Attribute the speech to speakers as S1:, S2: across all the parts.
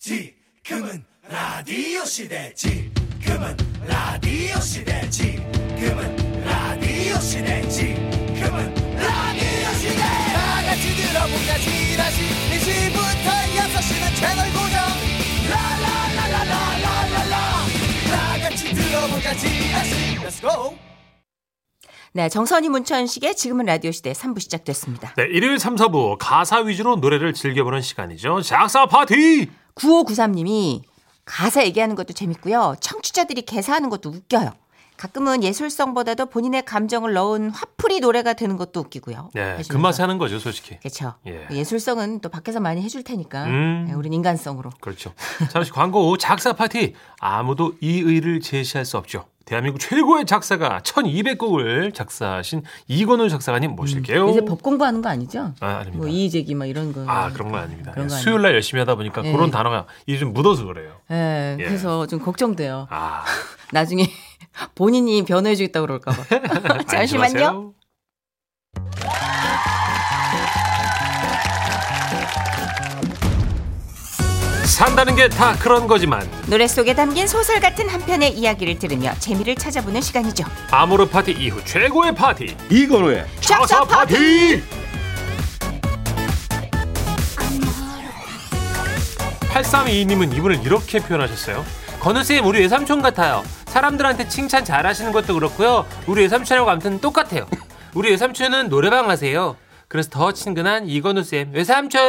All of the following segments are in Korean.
S1: 지금은 라디오 시대 지금은 라디오 시대 지금은 라디오 시대 지금은 라디오 시대 다 같이 들어보자 지라시 1시부터 6시는 채널 고정 라라라라라라라라 다 같이 들어보자 지라시 Let's go
S2: 네, 정선이 문천식의 지금은 라디오 시대 3부 시작됐습니다.
S3: 네, 일요일 3, 4부 가사 위주로 노래를 즐겨보는 시간이죠. 작사 파티!
S2: 9593님이 가사 얘기하는 것도 재밌고요. 청취자들이 개사하는 것도 웃겨요. 가끔은 예술성보다도 본인의 감정을 넣은 화풀이 노래가 되는 것도 웃기고요.
S3: 네,
S2: 하시면서.
S3: 그 맛에 하는 거죠, 솔직히.
S2: 그렇죠.
S3: 예.
S2: 예술성은 또 밖에서 많이 해줄 테니까
S3: 음.
S2: 네, 우린 인간성으로.
S3: 그렇죠. 잠시 광고 후 작사 파티. 아무도 이의를 제시할 수 없죠. 대한민국 최고의 작사가 1200곡을 작사하신 이건우 작사가님 모실게요.
S2: 음, 이제 법 공부하는 거 아니죠?
S3: 아, 아닙니다.
S2: 뭐 이의제기 막 이런 거.
S3: 아, 그런 건 아닙니다.
S2: 그런 거
S3: 수요일 날 열심히 하다 보니까
S2: 예.
S3: 그런 단어가 요즘 묻어서 그래요.
S2: 예,
S3: 예.
S2: 그래서 좀 걱정돼요.
S3: 아,
S2: 나중에 본인이 변호해주겠다 그럴까 봐. 잠시만요.
S3: 안심하세요. 산다는 게 다 그런 거지만
S2: 노래 속에 담긴 소설 같은 한 편의 이야기를 들으며 재미를 찾아보는 시간이죠.
S3: 아모르 파티 이후 최고의 파티
S4: 이건우의
S3: 작사 파티 8322님은 이분을 이렇게 표현하셨어요 건우쌤 우리 외삼촌 같아요 사람들한테 칭찬 잘하시는 것도 그렇고요 우리 외삼촌하고 아무튼 똑같아요 우리 외삼촌은 노래방 가세요 그래서 더 친근한 이건우쌤 외삼촌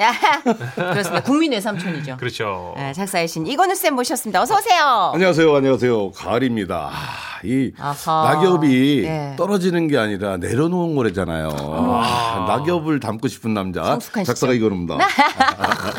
S2: 아하, 그렇습니다. 국민 외삼촌이죠.
S3: 그렇죠
S2: 아, 작사의 신 이건우 쌤 모셨습니다. 어서 오세요.
S4: 안녕하세요, 안녕하세요. 가을입니다. 아, 이
S2: 아하.
S4: 낙엽이
S2: 네.
S4: 떨어지는 게 아니라 내려놓은 거래잖아요. 아, 낙엽을 담고 싶은 남자
S2: 성숙한 시절.
S4: 작사가
S2: 네.
S4: 이건우입니다.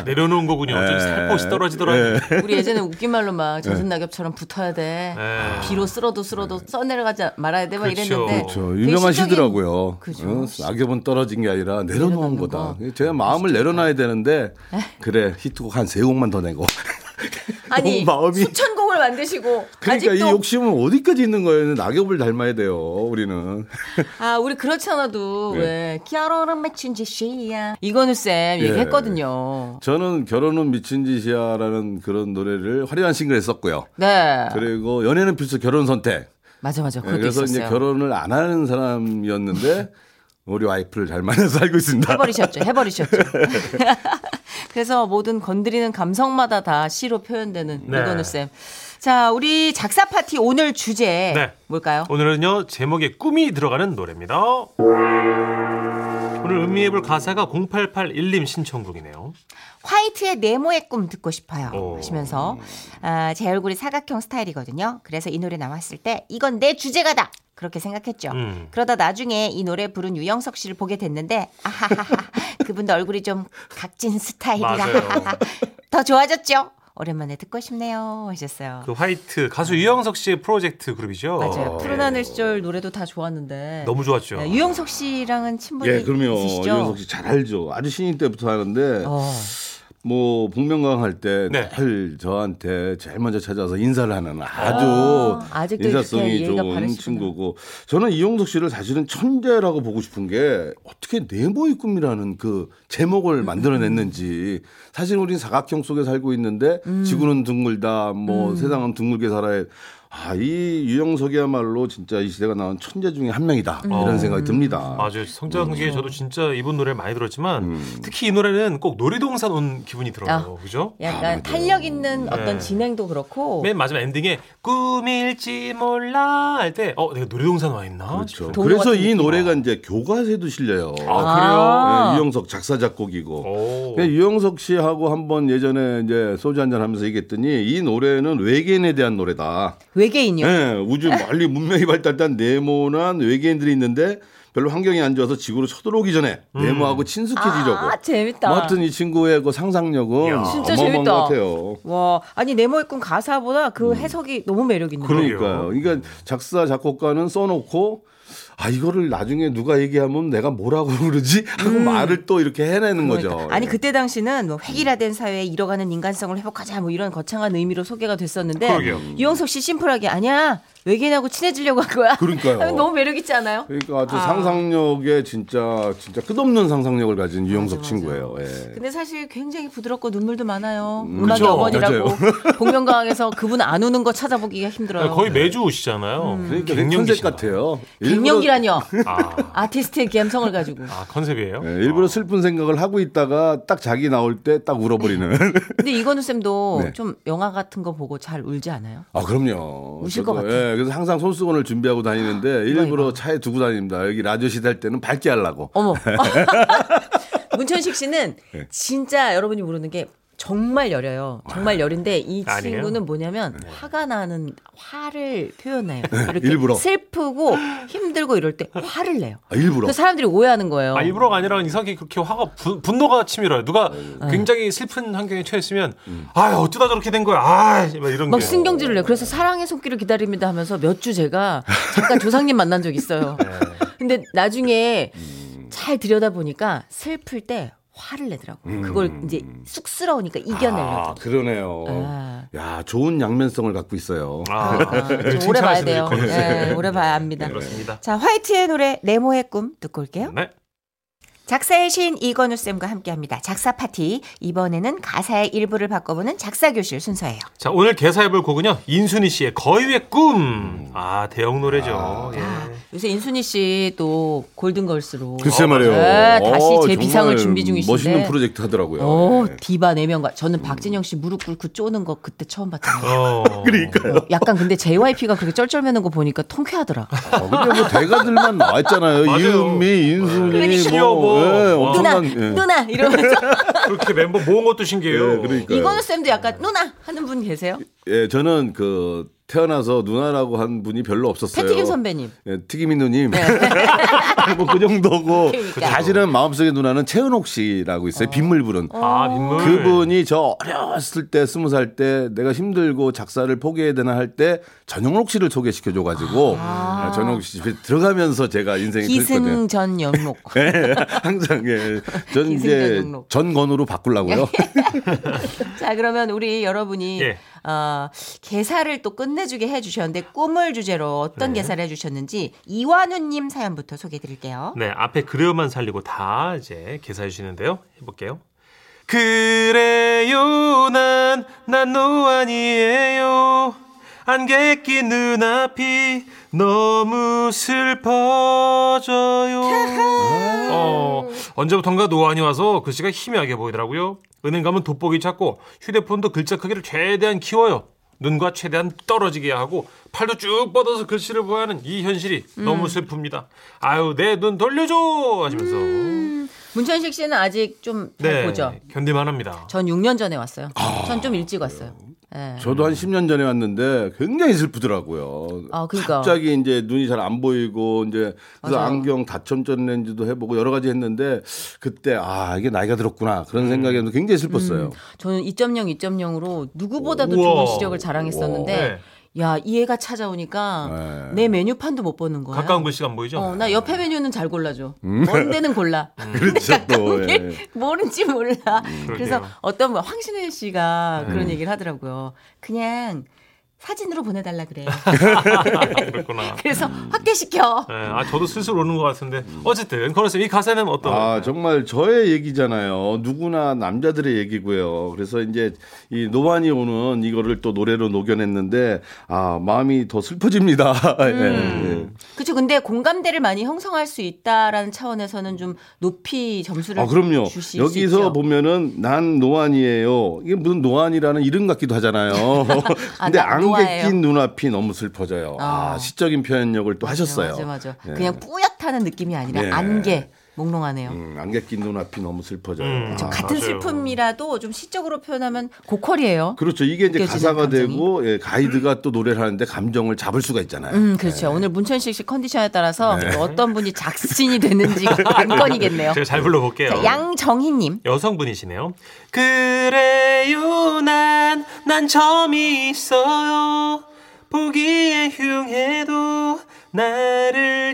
S3: 내려놓은 거군요 좀 살포시 떨어지더라고요
S2: 우리 예전에 웃긴 말로
S4: 네.
S2: 막 젖은 낙엽처럼 붙어야 돼.
S3: 네.
S2: 비로 쓸어도 쓸어도 써내려가지 말아야 돼. 막
S3: 그렇죠.
S2: 이랬는데.
S4: 그렇죠.
S2: 되게
S4: 유명하시더라고요.
S2: 그죠.
S4: 응, 낙엽은 떨어진 게 아니라
S2: 내려놓는
S4: 내려놓은 거다.
S2: 거. 네,
S4: 제가 마음을 내려놔야 되는데 그래 히트곡 한 세 곡만 더 내고.
S2: 신적인- 아니
S4: 너무 마음이-
S2: 수천 곡을 만드시고
S4: 그러니까
S2: 아직도
S4: 이 욕심은 어디까지 있는 거예요? 낙엽을 닮아야 돼요. 우리는.
S2: 아 우리 그렇지 않아도
S4: 네.
S2: 왜 키아로랑 맺힌 제시야 이건우 쌤 얘기했거든요.
S4: 저는 결혼은 미친 짓이야라는 그런 노래를 화려한 싱글 했었고요.
S2: 네
S4: 예. 그리고 연애는 필수 결혼 선택.
S2: 맞아 맞아
S4: 예,
S2: 그것도
S4: 그래서
S2: 있었어요.
S4: 이제 결혼을 안 하는 사람이었는데 우리 와이프를 잘 만나서 살고 있습니다.
S2: 해버리셨죠. 해버리셨죠. 그래서 모든 건드리는 감성마다 다 시로 표현되는
S3: 네.
S2: 이건우 쌤. 자, 우리 작사 파티 오늘 주제
S3: 네.
S2: 뭘까요?
S3: 오늘은요 제목에 꿈이 들어가는 노래입니다. 오늘 음미해볼 가사가 0881님 신청곡이네요.
S2: 화이트의 네모의 꿈 듣고 싶어요.
S3: 오.
S2: 하시면서 아, 제 얼굴이 사각형 스타일이거든요. 그래서 이 노래 나왔을 때 이건 내 주제가다. 그렇게 생각했죠.
S3: 음.
S2: 그러다 나중에 이 노래 부른 유영석 씨를 보게 됐는데 아하하하 그분도 얼굴이 좀 각진 스타일이라
S3: 맞아요.
S2: 더 좋아졌죠. 오랜만에 듣고 싶네요 하셨어요.
S3: 그 화이트 가수 유영석 씨의 프로젝트 그룹이죠.
S2: 맞아요.
S3: 네.
S2: 푸른 하늘 시절 노래도 다 좋았는데.
S3: 너무 좋았죠.
S2: 네, 유영석 씨랑은 친분이
S4: 예, 그럼요.
S2: 있으시죠?
S4: 유영석 씨 잘 알죠. 아주 신인 때부터 하는데
S2: 어.
S4: 뭐 북명강 할
S3: 네.
S4: 때 늘 저한테 제일 먼저 찾아와서 인사를 하는 아주
S2: 아, 아직도 이렇게
S4: 인사성이
S2: 예의가
S4: 좋은
S2: 바르시구나.
S4: 친구고 저는 이용석 씨를 사실은 천재라고 보고 싶은 게 어떻게 네모의 꿈이라는 그 제목을 만들어냈는지
S2: 음.
S4: 사실 우린 사각형 속에 살고 있는데 지구는 둥글다 뭐
S2: 음.
S4: 세상은 둥글게 살아야 아이 유영석이야말로 진짜 이 시대가 나온 천재 중에 한 명이다
S2: 음.
S4: 이런 생각이 듭니다.
S3: 맞아요. 성장기에 저도 진짜 이분 노래 많이 들었지만
S4: 음.
S3: 특히 이 노래는 꼭 놀이동산 온 기분이
S2: 아.
S3: 들어요. 그죠?
S2: 약간 탄력
S3: 네.
S2: 있는 어떤 진행도 그렇고
S3: 맨 마지막 엔딩에 꿈일지 몰라 할 때 어 내가 놀이동산 와 있나?
S4: 그렇죠.
S2: 동요
S4: 그래서
S2: 같은
S4: 이
S2: 느낌이다.
S4: 노래가 이제 교과서에도 실려요.
S2: 아.
S4: 네, 유영석 작사 작곡이고.
S2: 네,
S3: 오.
S4: 근데 유영석 씨하고 한번 예전에 이제 소주 한잔 하면서 얘기했더니 이 노래는 외계인에 대한 노래다.
S2: 외계인이요.
S4: 예, 우주 멀리 문명이 발달한 네모난 외계인들이 있는데 별로 환경이 안 좋아서 지구로 쳐들어오기 전에 네모하고 친숙해지려고.
S2: 아 재밌다.
S4: 뭐 하여튼 이 친구의 그 상상력은
S2: 진짜
S4: 어마어마한
S2: 재밌다.
S4: 것 같아요.
S2: 와 아니 네모의 꿈
S4: 음.
S2: 가사보다 그 해석이 너무 매력 있는.
S3: 그러게요.
S4: 그러니까요. 그러니까 작사 작곡가는 써놓고 아 이거를 나중에 누가 얘기하면 내가 뭐라고 그러지 하고 말을 또 이렇게 해내는 거죠.
S2: 그러니까. 아니 음.
S4: 예.
S2: 그때 당시는 뭐 획일화된 사회에 잃어가는 인간성을 회복하자 뭐 이런 거창한 의미로 소개가 됐었는데
S3: 그러게요.
S2: 유영석 씨 심플하게 아니야 외계인하고 친해지려고 한 거야.
S4: 그러니까요.
S2: 하면 너무 매력 있지 않아요?
S4: 그러니까 아주 상상력에 진짜 진짜 끝없는 상상력을 가진 유영석 친구예요. 예.
S2: 근데 사실 굉장히 부드럽고 눈물도 많아요.
S4: 음,
S2: 음악의
S3: 그쵸.
S2: 어머니라고 복면가왕에서 그분 안 우는 거 찾아보기가 힘들어요.
S3: 거의 매주 오시잖아요.
S2: 음.
S4: 그러니까 되게 컨셉 같아요.
S2: 갱년기라뇨.
S3: 아,
S2: 아티스트의 감성을 가지고.
S3: 아, 컨셉이에요?
S4: 예, 일부러 슬픈 생각을 하고 있다가 딱 자기 나올 때 딱 울어버리는.
S2: 근데 이건우 쌤도
S4: 네.
S2: 좀 영화 같은 거 보고 잘 울지 않아요?
S4: 아 그럼요.
S2: 우실
S4: 저도,
S2: 것 같아요. 아,
S4: 예, 그래서 항상 손수건을 준비하고 다니는데 일부러 차에 두고 다닙니다. 여기 라디오 시대 할 때는 밝게 하려고.
S2: 어머. 문천식 씨는
S4: 네.
S2: 진짜 여러분이 모르는 게 정말 여려요.
S4: 아.
S2: 정말 여린데 이
S3: 아니에요.
S2: 친구는 뭐냐면 화가 나는 화를 표현해요.
S4: 네. 일부러.
S2: 슬프고 힘들고 이럴 때 화를 내요.
S4: 아, 일부러.
S2: 그래서 사람들이 오해하는 거예요.
S3: 아, 일부러가 아니라 이상하게 그렇게 화가 분, 분노가 치밀어요. 누가
S4: 네,
S3: 굉장히 슬픈 환경에 처했으면
S4: 음.
S3: 아 어쩌다 저렇게 된 거야. 아, 막 이런
S2: 막
S3: 게.
S2: 신경질을 내요. 그래서 사랑의 손길을 기다립니다 하면서 몇 주 제가 잠깐 조상님 만난 적 있어요.
S3: 네.
S2: 근데 나중에
S3: 음.
S2: 잘 들여다 보니까 슬플 때 화를 내더라고. 요 그걸
S3: 음.
S2: 이제 쑥스러우니까 이겨내려고.
S4: 아 그러네요.
S2: 아.
S4: 야 좋은 양면성을 갖고 있어요.
S3: 아,
S2: 좀 오래 봐야 돼요.
S3: 칭찬하시는
S2: 네, 오래 봐야 합니다.
S3: 그렇습니다.
S2: 자, 화이트의 노래 네모의 꿈 듣고 올게요.
S3: 네.
S2: 작사의 시인 이건우 쌤과 함께합니다. 작사 파티 이번에는 가사의 일부를 바꿔보는 작사 교실 순서예요.
S3: 자 오늘 개사해볼 곡은요 인순이 씨의 거위의
S4: 음.
S3: 꿈. 아 대형 노래죠. 예.
S2: 아, 요새 인순이 씨 또 골든걸스로
S4: 글쎄 말이에요.
S2: 네, 다시
S4: 어,
S2: 제 비상을
S4: 정말
S2: 준비 중이신데.
S4: 멋있는 프로젝트 하더라고요.
S2: 오,
S4: 예.
S2: 디바 네명과 저는 박진영 씨 무릎 꿇고 쪼는 거 그때 처음 봤잖아요.
S3: 어.
S4: 그러니까요.
S2: 약간 근데 JYP가 그렇게 쩔쩔매는 거 보니까 통쾌하더라.
S4: 어, 근데 뭐 대가들만 나와 있잖아요.
S3: 맞아요.
S4: 이은미, 인순이,
S3: 그러니까요.
S4: 뭐, 예,
S3: 와.
S2: 누나,
S4: 엄청난. 예.
S2: 누나 이러면서
S3: 그렇게 멤버 모은 것도 신기해요.
S4: 예, 그러니까요.
S2: 이건우 쌤도 약간 누나 하는 분 계세요?
S4: 예, 저는 그 태어나서 누나라고 한 분이 별로 없었어요.
S2: 패티김 선배님. 네.
S4: 예, 튀김이 누님. 뭐 그 정도고.
S2: 그러니까.
S4: 사실은 마음속의 누나는 최은옥 씨라고 있어요. 빗물 부른.
S3: 아 빗물.
S4: 그분이 뭐 저 어렸을 때 스무 살 때 내가 힘들고 작사를 포기해야 되나 할 때 전영록 씨를 소개시켜 줘가지고 아, 전영록 씨 집에 들어가면서 제가 인생이 됐거든요.
S2: 아.
S4: 예.
S2: 기승전 연목.
S4: 항상 예, 전 이제
S2: 기승전영록.
S4: 전건으로 바꾸려고요.
S2: 예, 자, 그러면 우리 여러분이
S3: 예.
S2: 어, 개사를 또 끝내주게 해주셨는데 꿈을 주제로 어떤
S3: 네.
S2: 개사를 해주셨는지 이완우님 사연부터 소개해드릴게요.
S3: 네, 앞에 그려만 살리고 다 이제 개사해 주시는데요. 해볼게요. 그래요, 난, 난 노안이에요. 안개 낀 눈앞이 너무 슬퍼져요. 어,
S2: 음.
S3: 언제부턴가 노안이 와서 그 글씨가 희미하게 보이더라고요. 은행 가면 돋보기 찾고 휴대폰도 글자 크기를 최대한 키워요. 눈과 최대한 떨어지게 하고 팔도 쭉 뻗어서 그 글씨를 보아야 하는 이 현실이
S2: 음.
S3: 너무 슬픕니다. 아유 내 눈 돌려줘 하시면서
S2: 문천식 씨는 아직 좀 음. 잘
S3: 네
S2: 보죠?
S3: 견딜만합니다.
S2: 전 6년 전에 왔어요. 전 좀 일찍 왔어요. 예.
S4: 저도 한 10년 전에 왔는데 굉장히 슬프더라고요.
S2: 아, 그러니까.
S4: 갑자기 이제 눈이 잘 안 보이고 이제 그래서
S2: 맞아요.
S4: 안경 다첨전 렌즈도 해보고 여러 가지 했는데 그때 아 이게 나이가 들었구나 그런 생각이 음. 굉장히 슬펐어요.
S2: 저는 2.0, 2.0으로 누구보다도
S3: 우와. 네.
S2: 좋은 시력을 자랑했었는데, 야, 이 애가
S4: 네.
S2: 찾아오니까 내 메뉴판도 못 보는 거야.
S3: 가까운 글씨가 안 보이죠?
S2: 어, 나 옆에 메뉴는 잘 골라줘.
S4: 음.
S2: 먼 데는 골라.
S4: 그렇죠 또. 예.
S2: 모른지 몰라.
S4: 음.
S2: 그래서
S3: 음. 그러게요. 음.
S2: 어떤 뭐 황신혜 씨가 그런 얘기를 하더라고요. 그냥 사진으로 보내달라 그래. 네.
S3: 그렇구나.
S2: 그래서 확대시켜.
S3: 네, 아 저도 슬슬 오는 것 같은데 어쨌든 그래서 이 가사는 어떤?
S4: 아 정말 저의 얘기잖아요. 누구나 남자들의 얘기고요. 그래서 이제 이 노안이 오는 이거를 또 노래로 녹여냈는데 아 마음이 더 슬퍼집니다. 예, 예.
S2: 그렇죠. 근데 공감대를 많이 형성할 수 있다라는 차원에서는 좀 높이 점수를
S4: 아, 그럼요.
S2: 주실 수
S4: 여기서
S2: 있죠.
S4: 보면은 난 노안이에요. 이게 무슨 노안이라는 이름 같기도 하잖아요. 근데
S2: 나
S4: 안개
S2: 노아예요.
S4: 낀 눈앞이 너무 슬퍼져요. 아,
S2: 아.
S4: 시적인 표현력을 또뭐 하셨어요.
S2: 맞아, 맞아.
S4: 예.
S2: 그냥 뿌옇다는 느낌이 아니라
S4: 네.
S2: 안개 몽롱하네요.
S4: 음, 안개 낀 눈앞이 너무 슬퍼져요.
S3: 음.
S4: 아,
S2: 저 같은
S3: 맞아요.
S2: 슬픔이라도 좀 시적으로 표현하면 고퀄이에요.
S4: 그렇죠. 이게 이제
S2: 느껴지는
S4: 가사가
S2: 감정이.
S4: 되고 예, 가이드가 또 노래를 하는데 감정을 잡을 수가 있잖아요.
S2: 음, 그렇죠.
S4: 네.
S2: 오늘 문천식 씨 컨디션에 따라서 또 어떤 분이 작신이 되는지 관건이겠네요.
S3: 제가 잘 불러볼게요.
S2: 자, 양정희님.
S3: 여성분이시네요. 그래요, 난, 난 점이 있어요. 보기에 흉해도 나를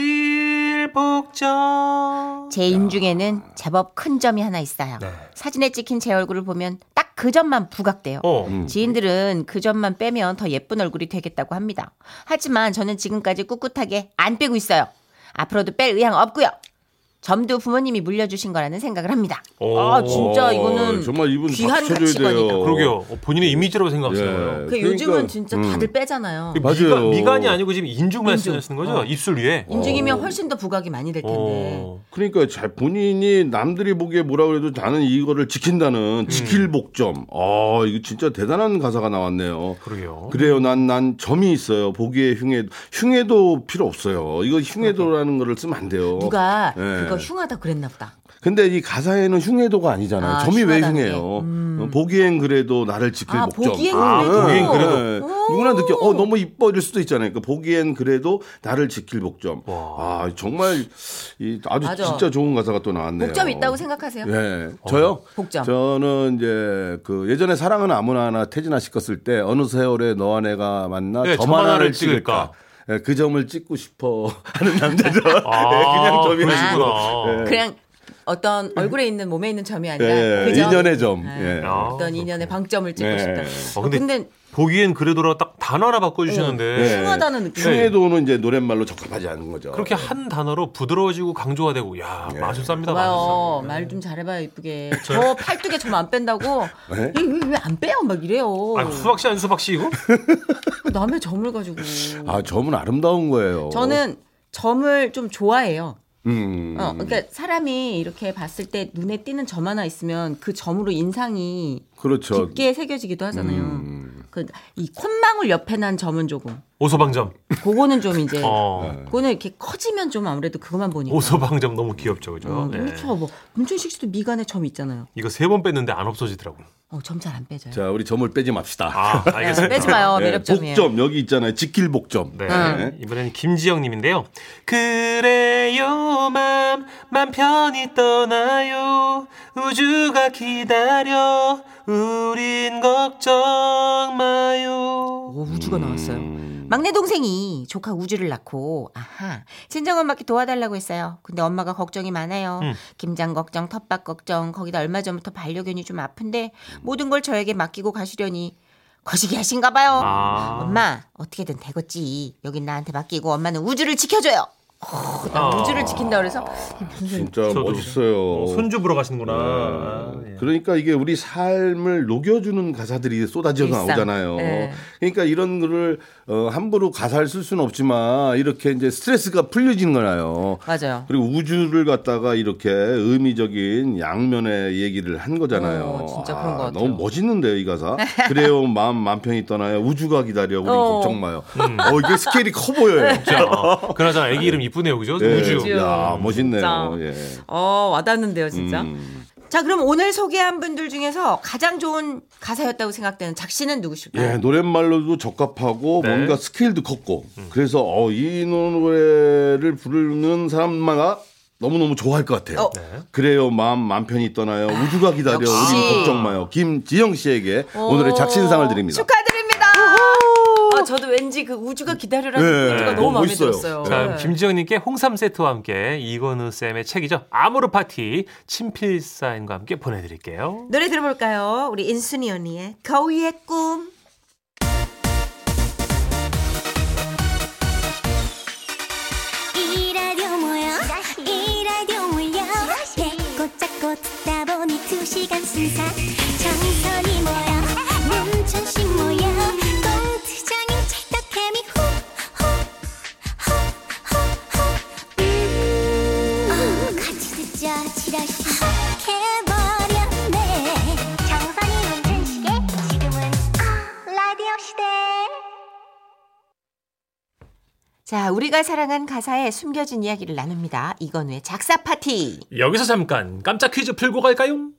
S3: 지킬 복정.
S2: 제 인중에는 제법 큰 점이 하나 있어요.
S3: 네.
S2: 사진에 찍힌 제 얼굴을 보면 딱 그 점만 부각돼요.
S3: 어.
S4: 음.
S2: 지인들은 그 점만 빼면 더 예쁜 얼굴이 되겠다고 합니다. 하지만 저는 지금까지 꿋꿋하게 안 빼고 있어요. 앞으로도 뺄 의향 없고요. 점도 부모님이 물려주신 거라는 생각을 합니다.
S3: 오.
S2: 아 진짜 이거는
S4: 어, 정말 이분
S2: 귀한
S4: 박수 쳐줘야 돼요.
S2: 가치관이다.
S3: 그러게요. 어, 본인의 이미지라고 생각하시나요? 그
S4: 예.
S2: 그
S4: 그러니까, 그
S2: 요즘은 진짜 다들 빼잖아요.
S4: 맞아요.
S3: 미간이 아니고 지금 인중만 어. 쓰는 거죠? 입술 위에.
S4: 어.
S2: 인중이면 훨씬 더 부각이 많이 될 텐데.
S3: 어.
S4: 그러니까 잘 본인이 남들이 보기에 뭐라 그래도 나는 이거를
S2: 음.
S4: 지킨다는 지킬 복점. 아 이거 진짜 대단한 가사가 나왔네요.
S3: 그러게요.
S4: 어? 그래요. 난, 난 점이 있어요. 보기에 흉해, 흉해도 필요 없어요. 이거 흉해도라는 거를 쓰면 안 돼요.
S2: 누가
S4: 예.
S2: 그거 흉하다 그랬나 보다.
S4: 근데 이 가사에는 흉해도가 아니잖아요.
S2: 아,
S4: 점이 왜
S2: 흉하다는 음.
S4: 흉해요? 어, 보기엔 그래도 나를 지킬
S2: 아,
S4: 목적.
S2: 보기엔 그래도.
S4: 예.
S3: 보기엔 그래도.
S4: 예. 누구나 느껴. 어, 너무 이뻐 이럴 수도 있잖아요. 그 보기엔 그래도 나를 지킬 목적. 아, 정말 이 아주
S2: 맞아.
S4: 진짜 좋은 가사가 또 나왔네요. 어.
S2: 목점 있다고 생각하세요?
S4: 예. 저요?
S2: 어, 복점.
S4: 저는 이제 그 예전에 사랑은 아무나나 태진아 씨 껐을 때 어느 세월에 너와 내가 만나
S3: 네,
S4: 점
S3: 점 하나를
S4: 하나를
S3: 찍을까.
S4: 찍을까. 예, 그 점을 찍고 싶어 하는 남자죠.
S3: 아,
S4: 예, 그냥 점이
S3: 그러시구나.
S4: 아니고. 네.
S2: 그냥 어떤 얼굴에 있는 몸에 있는 점이 아니라
S4: 예,
S2: 그 점.
S4: 인연의 점. 예.
S3: 아,
S2: 어떤 인연의 방점을 찍고
S4: 네.
S2: 싶다.
S3: 어, 근데-
S2: 근데, 근데
S3: 보기엔 그래도라 딱 단어 하나 바꿔주셨는데.
S4: 네.
S2: 흉하다는 느낌.
S4: 흉해도는 이제 노랫말로 적합하지 않은 거죠.
S3: 그렇게 한 단어로 부드러워지고 강조가 되고, 야,
S4: 네.
S3: 마술사입니다, 마술사.
S2: 봐요. 말 좀 잘해봐요, 이쁘게. 저 팔뚝에 점 안 뺀다고.
S4: 네?
S2: 왜 안 빼요? 막 이래요.
S3: 아, 수박씨 아니 수박씨 이거?
S2: 남의 점을 가지고.
S4: 아 어. 점은 아름다운 거예요.
S2: 저는 점을 좀 좋아해요.
S4: 음.
S2: 어, 그러니까 사람이 이렇게 봤을 때 눈에 띄는 점 하나 있으면 그 점으로 인상이
S4: 그렇죠.
S2: 깊게 새겨지기도 하잖아요.
S4: 음.
S2: 그 이 콧망울 옆에 난 점은 조금.
S3: 오소방점.
S2: 그거는 좀 이제.
S3: 어.
S2: 그거는 이렇게 커지면 좀 아무래도 그것만 보니까.
S3: 오소방점 너무 귀엽죠, 그죠?
S2: 어,
S3: 예.
S2: 그렇죠. 뭐 문준식 씨도 미간에 점 있잖아요.
S3: 이거 세 번 뺐는데 안 없어지더라고.
S2: 어, 점 잘 안 빼져요. 네,
S4: 자 우리 점을 빼지 맙시다.
S3: 아, 알겠습니다.
S2: 빼지 마요.
S4: 예,
S2: 매력점이에요.
S4: 복점 여기 있잖아요. 지킬 복점.
S3: 네.
S4: 네.
S3: 이번에는 김지영님인데요. 그래요, 맘, 맘 편히 떠나요. 우주가 기다려. 우린 걱정 마요.
S2: 오, 어, 우주가 나왔어요. 막내 동생이 조카 우주를 낳고 아하 친정 엄마께 도와달라고 했어요. 근데 엄마가 걱정이 많아요. 김장 걱정, 텃밭 걱정. 거기다 얼마 전부터 반려견이 좀 아픈데 모든 걸 저에게 맡기고 가시려니 거시기 하신가 봐요.
S3: 아.
S2: 엄마 어떻게든 되겠지. 여긴 나한테 맡기고 엄마는 우주를 지켜줘요. 어, 난
S3: 아.
S2: 우주를 지킨다 그래서 무슨 소리
S4: 진짜
S3: 저도.
S4: 멋있어요.
S3: 어, 손주 보러 가시는구나. 아,
S2: 네.
S3: 예.
S4: 그러니까 이게 우리 삶을 녹여주는 가사들이 쏟아져
S2: 일상.
S4: 나오잖아요.
S2: 네.
S4: 그러니까 이런 거를 어, 함부로 가사를 쓸 수는 없지만 이렇게 이제 스트레스가 풀려지는 거나요.
S2: 맞아요.
S4: 그리고 우주를 갖다가 이렇게 의미적인 양면의 얘기를 한 거잖아요.
S2: 어, 진짜
S4: 아,
S2: 그런 것 같아요.
S4: 너무 멋있는데요, 이 가사. 그래요, 마음 만편히 떠나요. 우주가 기다려. 우리
S2: 어. 네.
S4: 걱정 마요.
S3: 음.
S4: 어, 이게 스케일이 커 보여요.
S3: 자, 어, 그나저나 애기 이름 이쁘네요, 그죠?
S4: 예.
S3: 우주.
S2: 우주.
S4: 야, 멋있네요.
S2: 진짜.
S4: 예.
S2: 어 와닿는데요 진짜.
S4: 음.
S2: 자, 그럼 오늘 소개한 분들 중에서 가장 좋은 가사였다고 생각되는 작씨는 누구실까요?
S4: 예, 노랫말로도 적합하고
S3: 네.
S4: 뭔가 스케일도 컸고 그래서 어, 이 노래를 부르는 사람마다 너무너무 좋아할 것 같아요. 네.
S2: 어. 아,
S4: 그래요, 마음 맘 편히 떠나요. 우주가 기다려.
S2: 역시.
S4: 우리 걱정 마요. 김지영 씨에게 오늘의 작신상을 드립니다.
S2: 축하드립니다. 아, 저도 왠지 그 우주가 기다리라는
S4: 네,
S2: 멘트가
S4: 너무
S2: 너무 마음에
S4: 멋있어요.
S2: 들었어요.
S3: 자,
S2: 네.
S3: 김지영님께 홍삼 세트와 함께 이건우 쌤의 책이죠. 아모르 파티, 친필 사인과 함께 보내드릴게요.
S2: 노래 들어볼까요? 우리 인순이 언니의 거위의 꿈.
S5: 이 라디오 뭐야 이 라디오 몰려 배꼽 잡고 듣다 보니 두 시간 순삭 정선이 뭐야 문천식 뭐야 공투장인 찰떡케미 후후후후후 같이 듣자 지라시 해버렸네 정선이 문천식의 지금은 라디오 시대
S2: 자, 우리가 사랑한 가사에 숨겨진 이야기를 나눕니다. 이건우의 작사 파티.
S4: 음.
S3: 여기서 잠깐 깜짝 퀴즈 풀고 갈까요?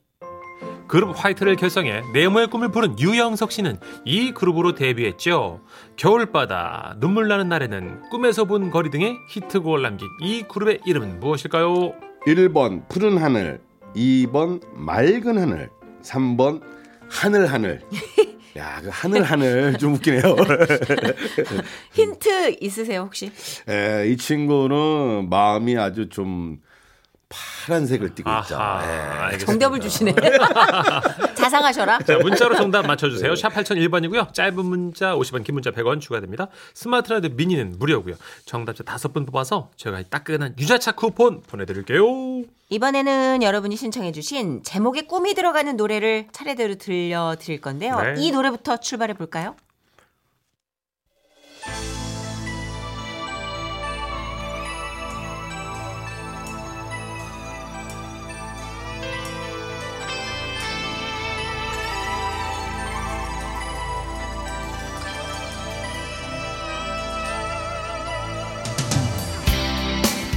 S3: 그룹 화이트를 결성해 네모의 꿈을 부른 유영석 씨는 이 그룹으로 데뷔했죠. 겨울바다, 눈물 나는 날에는, 꿈에서 본 거리 등의 히트곡을 남긴 이 그룹의 이름은 무엇일까요?
S4: 1번 푸른 하늘, 2번 맑은 하늘, 3번 하늘 하늘. 야, 그 하늘 하늘 좀 웃기네요.
S2: 힌트 있으세요 혹시?
S4: 예, 이 친구는 마음이 아주 좀 파란색을 띠고 있죠.
S3: 아하, 알겠습니다.
S2: 네. 정답을 주시네. 자상하셔라.
S3: 자, 문자로 정답
S2: 네.
S3: 맞춰주세요. 샵 8001번이고요. 짧은 문자 50원, 긴 문자 100원 추가됩니다. 스마트 라디오 미니는 무료고요. 정답자 5분 뽑아서 저희가 따끈한 유자차 쿠폰 보내드릴게요.
S2: 이번에는 여러분이 신청해주신 제목에 꿈이 들어가는 노래를 차례대로 들려드릴 건데요.
S3: 네.
S2: 이 노래부터 출발해 볼까요?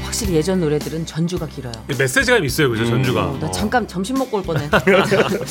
S2: 확실히 예전 노래들은 전주가 길어요.
S3: 메시지가 있어요, 그죠, 전주가.
S2: 어, 나
S3: 어.
S2: 잠깐 점심 먹고 올 뻔해.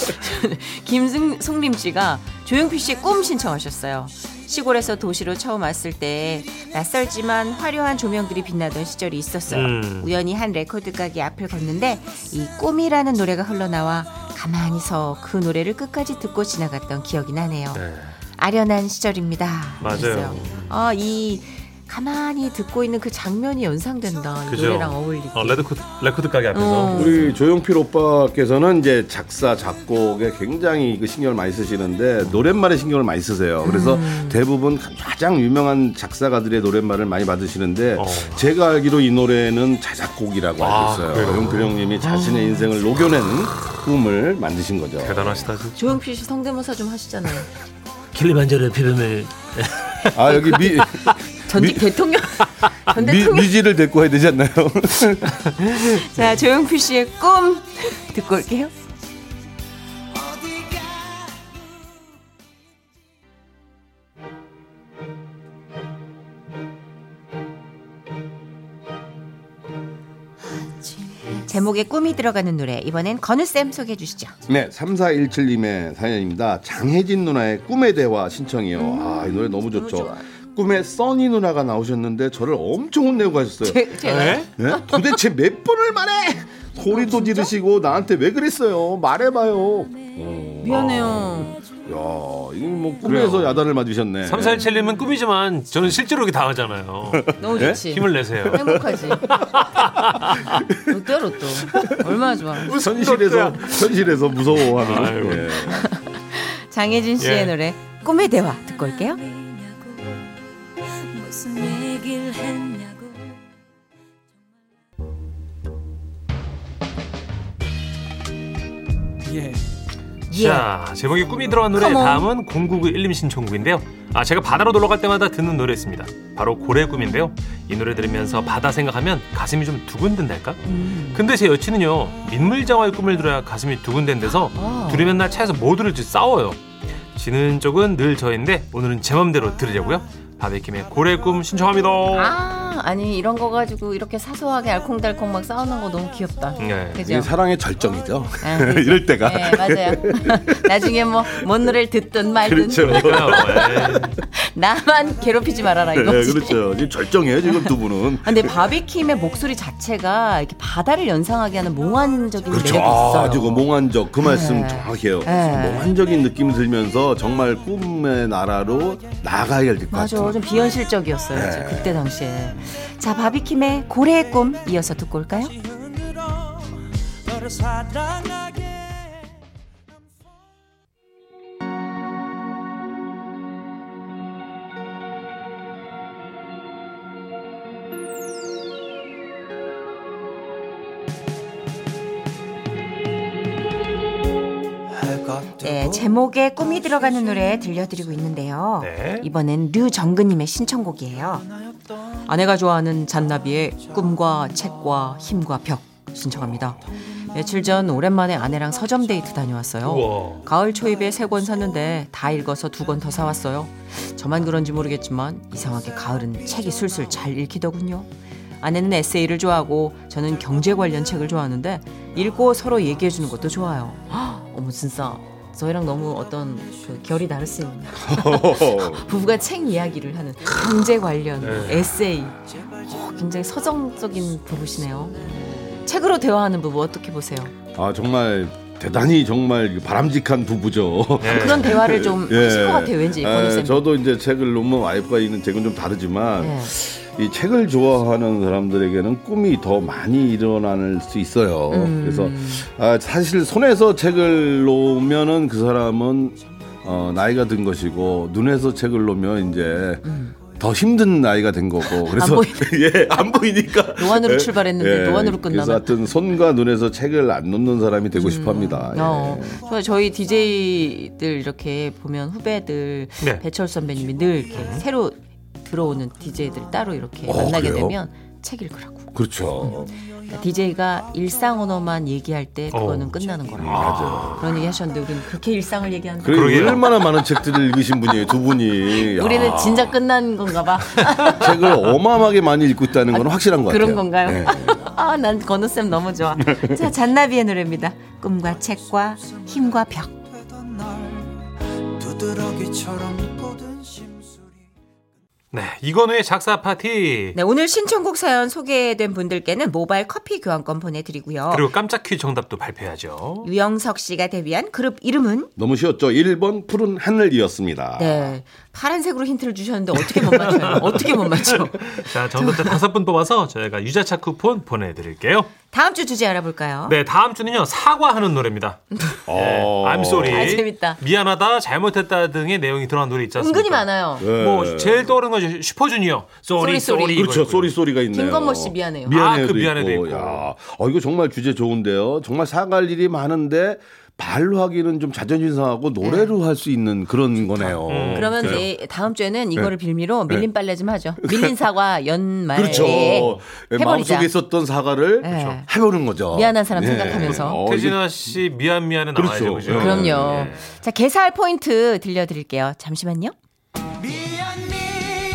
S2: 김승림 씨가 조용필 씨의 꿈 신청하셨어요. 시골에서 도시로 처음 왔을 때 낯설지만 화려한 조명들이 빛나던 시절이 있었어요.
S3: 음.
S2: 우연히 한 레코드 가게 앞을 걷는데 이 꿈이라는 노래가 흘러나와 가만히 서 그 노래를 끝까지 듣고 지나갔던 기억이 나네요.
S3: 네.
S2: 아련한 시절입니다.
S3: 맞아요.
S2: 그랬어요. 아, 이 가만히 듣고 있는 그 장면이 연상된다. 이
S3: 그죠.
S2: 노래랑 어울리게.
S3: 어, 레드코드, 레코드 가게 앞에서.
S2: 어.
S4: 우리 조용필 오빠께서는 이제 작사 작곡에 굉장히 그 신경을 많이 쓰시는데 노랫말에 신경을 많이 쓰세요. 그래서
S3: 음.
S4: 대부분 가장 유명한 작사가들의 노랫말을 많이 받으시는데
S3: 어.
S4: 제가 알기로 이 노래는 자작곡이라고
S3: 아,
S4: 알고 있어요.
S3: 그래요? 어.
S4: 조용필 형님이 자신의 인생을 녹여낸 꿈을 만드신 거죠.
S3: 대단하시다, 진짜.
S2: 조용필 씨 성대모사 좀 하시잖아요.
S3: 킬리만자르 피뱀을.
S4: 아 여기 미,
S2: 전직
S4: 미-
S2: 대통령. 전
S4: 미
S2: 대통령.
S4: 미지를 데리고 해야 되지 않나요?
S2: 자 조용필 씨의 꿈 듣고 올게요. 제목에 꿈이 들어가는 노래 이번엔 건우 쌤 소개해 주시죠.
S4: 네, 3417님의 사연입니다. 장혜진 누나의 꿈의 대화 신청이요. 아, 이 노래 너무 좋죠.
S2: 좋아.
S4: 꿈에 써니 누나가 나오셨는데 저를 엄청 혼내고 하셨어요.
S2: 제,
S3: 네?
S2: 네? 제가
S4: 예? 도대체 몇 번을 말해? 소리도 지르시고 나한테 왜 그랬어요? 말해봐요.
S2: 미안해요.
S4: 야, 이게 뭐 꿈에서
S3: 그래요.
S4: 야단을 맞으셨네.
S3: 3417님은 꿈이지만 저는 실제로 이렇게 당하잖아요.
S2: 너무 좋지.
S3: 힘을 내세요.
S2: 행복하지. 롯데야 롯데. 얼마나 좋아.
S4: 현실에서 현실에서 무서워하는.
S3: 아이고.
S4: 예.
S2: 장혜진 씨의
S3: 예.
S2: 노래 꿈의 대화 듣고 올게요.
S6: 무슨 얘기를 했냐고
S2: 예.
S3: 자, 제목이 꿈이 들어간 노래
S2: Come on.
S3: 다음은 0991님 신청곡인데요. 아, 제가 바다로 놀러 갈 때마다 듣는 노래였습니다. 바로 고래 꿈인데요. 이 노래 들으면서 바다 생각하면 가슴이 좀 두근든달까?
S2: 음.
S3: 근데 제 여친은요. 민물장어의 꿈을 들어야 가슴이 두근댄대서
S2: 아.
S3: 둘이 맨날 차에서 뭐 들을지 싸워요. 지는 쪽은 늘 저인데 오늘은 제 맘대로 들으려고요. 바비킴의 고래 꿈 신청합니다.
S2: 아 아니 이런 거 가지고 이렇게 사소하게 알콩달콩 막 싸우는 거 너무 귀엽다.
S3: 네.
S2: 그죠?
S4: 음. 이게 사랑의 절정이죠.
S2: 아, 그죠.
S4: 이럴 때가.
S2: 네 맞아요. 나중에 뭐 뭔 노래를 듣든 말든
S4: 그렇죠.
S3: 그러니까요. 예.
S2: 나만 괴롭히지 말아라
S4: 네,
S2: 이거. 지
S4: 그렇죠. 지금 절정이에요, 지금 두 분은.
S2: 근데 바비킴의 목소리 자체가 이렇게 바다를 연상하게 하는 몽환적인
S4: 그렇죠.
S2: 매력이 있어요.
S4: 아, 주고 몽환적 그 말씀 정확해요.
S2: 네.
S4: 몽환적인 느낌이 들면서 정말 꿈의 나라로 나아가야 될 것
S2: 맞아,
S4: 같아요.
S2: 좀 비현실적이었어요.
S4: 네.
S2: 진짜 그때 당시에. 자, 바비킴의 고래의 꿈 이어서 듣고 올까요?
S3: 어.
S2: 네, 제목에 꿈이 들어가는 노래 들려드리고 있는데요.
S3: 네.
S2: 이번엔 류정근님의 신청곡이에요. 아내가 좋아하는 잔나비의 꿈과 책과 힘과 벽 신청합니다. 며칠 전 오랜만에 아내랑 서점 데이트 다녀왔어요.
S3: 우와.
S2: 가을 초입에 세 권 샀는데 다 읽어서 두 권 더 사왔어요. 저만 그런지 모르겠지만 이상하게 가을은 책이 술술 잘 읽히더군요. 아내는 에세이를 좋아하고 저는 경제 관련 책을 좋아하는데 읽고 서로 얘기해 주는 것도 좋아요. 헉, 어머 진짜 저희랑 너무 어떤 그 결이 다를 수 있는 부부가 책 이야기를 하는 경제 관련
S3: 네.
S2: 에세이 어, 굉장히 서정적인 부부시네요. 책으로 대화하는 부부 어떻게 보세요?
S4: 아, 정말 대단히 정말 바람직한 부부죠.
S3: 네.
S2: 그런 대화를 좀
S4: 예.
S2: 하실 것 같아요. 왠지 권희
S4: 예,
S2: 쌤.
S4: 저도 이제 책을 논문 와이프가 있는 책은 좀 다르지만
S2: 네.
S4: 이 책을 좋아하는 사람들에게는 꿈이 더 많이 일어날 수 있어요.
S2: 음.
S4: 그래서 아, 사실 손에서 책을 놓으면은 그 사람은 어, 나이가 든 것이고 눈에서 책을 놓으면 이제 더 힘든 나이가 된 거고 그래서
S2: 음. 보이-
S4: 예, 안 보이니까
S2: 노안으로
S4: 예,
S2: 출발했는데 노안으로
S4: 그래서
S2: 끝나면. 음.
S4: 하여튼 손과 눈에서 책을 안 놓는 사람이 되고 싶어합니다. 예.
S2: 어, 좋아요. 저희 DJ들 이렇게 보면 후배들
S3: 네.
S2: 배철 선배님이 늘 이렇게 새로 들어오는 DJ들 따로 이렇게
S4: 어,
S2: 만나게
S4: 그래요?
S2: 되면 책 읽으라고.
S4: 그렇죠.
S2: 그러니까 DJ가 일상 언어만 얘기할 때 그거는
S3: 어.
S2: 끝나는 거라고.
S4: 맞아요.
S2: 그런 얘기 하셨는데 우리는 그렇게 일상을 얘기한다.
S4: 그리고
S3: 그러게요.
S4: 얼마나 많은 책들을 읽으신 분이에요, 두 분이. 야,
S2: 우리는 진짜 끝난 건가 봐.
S4: 책을 어마어마하게 많이 읽고 있다는 건 확실한 것 같아요.
S2: 그런 건가요?
S4: 네.
S2: 아, 난 건우쌤 너무 좋아. 자, 잔나비의 노래입니다. 꿈과 책과 힘과 벽.
S1: 되던 날 두드러기처럼 뻗은 심술이
S3: 네, 이건우의 작사 파티.
S2: 네, 오늘 신청곡 사연 소개된 분들께는 모바일 커피 교환권 보내드리고요.
S3: 그리고 깜짝 퀴즈 정답도 발표해야죠.
S2: 유영석 씨가 데뷔한 그룹 이름은?
S4: 너무 쉬웠죠. 1번 푸른 하늘이었습니다.
S2: 네. 파란색으로 힌트를 주셨는데 어떻게 못 맞춰요? 어떻게 못 맞춰?
S3: 자, 정답자 다섯 분 뽑아서 저희가 유자차 쿠폰 보내드릴게요.
S2: 다음 주 주제 알아볼까요?
S3: 네, 다음 주는요, 사과하는 노래입니다. 네,
S4: 어.
S3: I'm sorry.
S2: 아, 재밌다.
S3: 미안하다, 잘못했다 등의 내용이 들어간 노래 있지 않습니까?
S2: 은근히 많아요.
S4: 네.
S3: 뭐, 제일 떠오르는 건 슈퍼주니어.
S2: 쏘리,
S3: 쏘리,
S2: 쏘리.
S3: 쏘리.
S4: 그렇죠. 쏘리 쏘리가 있네요.
S2: 김건모 씨 미안해요.
S4: 미안해요도
S3: 아, 그 미안해도
S4: 있고.
S3: 있고.
S4: 야, 어, 이거 정말 주제 좋은데요. 정말 사갈 일이 많은데 발로 하기는 좀 자존심 상하고 노래로 할 수 있는 그런 거네요.
S2: 네.
S3: 음.
S2: 그러면
S4: 네.
S2: 이제 다음 주에는 이거를 빌미로 밀린 빨래 좀 하죠. 밀린 사과 연말에 예.
S4: 그렇죠.
S2: 네. 해버리자.
S4: 마음속에 있었던 사과를
S2: 네.
S4: 해보는 거죠.
S2: 미안한 사람
S4: 네.
S2: 생각하면서.
S4: 어, 이게
S3: 태진아 씨, 미안, 미안해 나와야죠. 네.
S4: 그렇죠.
S3: 그죠?
S4: 그럼요.
S2: 그럼요.
S3: 예.
S2: 자, 개살 포인트 들려드릴게요. 잠시만요.
S1: 미안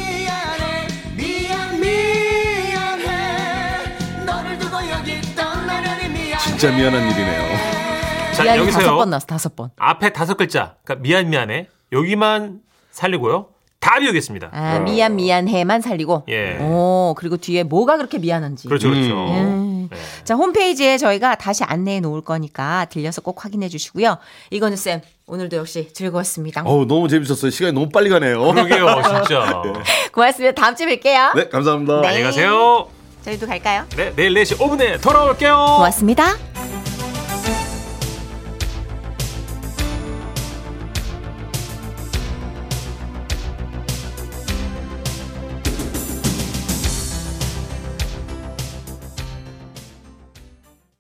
S1: 미안해 미안 미안해 너를 두고 여기 떠나려니 미안해
S4: 진짜 미안한 일이네요.
S3: 자,
S2: 미안이
S3: 여기서요.
S2: 다섯 번 나왔어, 다섯 번.
S3: 앞에 다섯 글자. 그러니까 미안 미안해. 여기만 살리고요. 답이 여기겠습니다.
S2: 아, 미안, 미안해만 살리고.
S3: 예.
S2: 오, 그리고 뒤에 뭐가 그렇게 미안한지.
S3: 그렇죠, 그렇죠.
S2: 음.
S3: 네.
S2: 자, 홈페이지에 저희가 다시 안내해 놓을 거니까 들려서 꼭 확인해 주시고요. 이건우 쌤, 오늘도 역시 즐거웠습니다.
S4: 어우, 너무 재밌었어요. 시간이 너무 빨리 가네요.
S3: 그러게요, 진짜.
S2: 고맙습니다. 다음 주에 뵐게요.
S4: 네, 감사합니다.
S3: 안녕히 가세요.
S2: 저희도 갈까요?
S3: 네, 내일 4시 5분에 돌아올게요.
S2: 고맙습니다.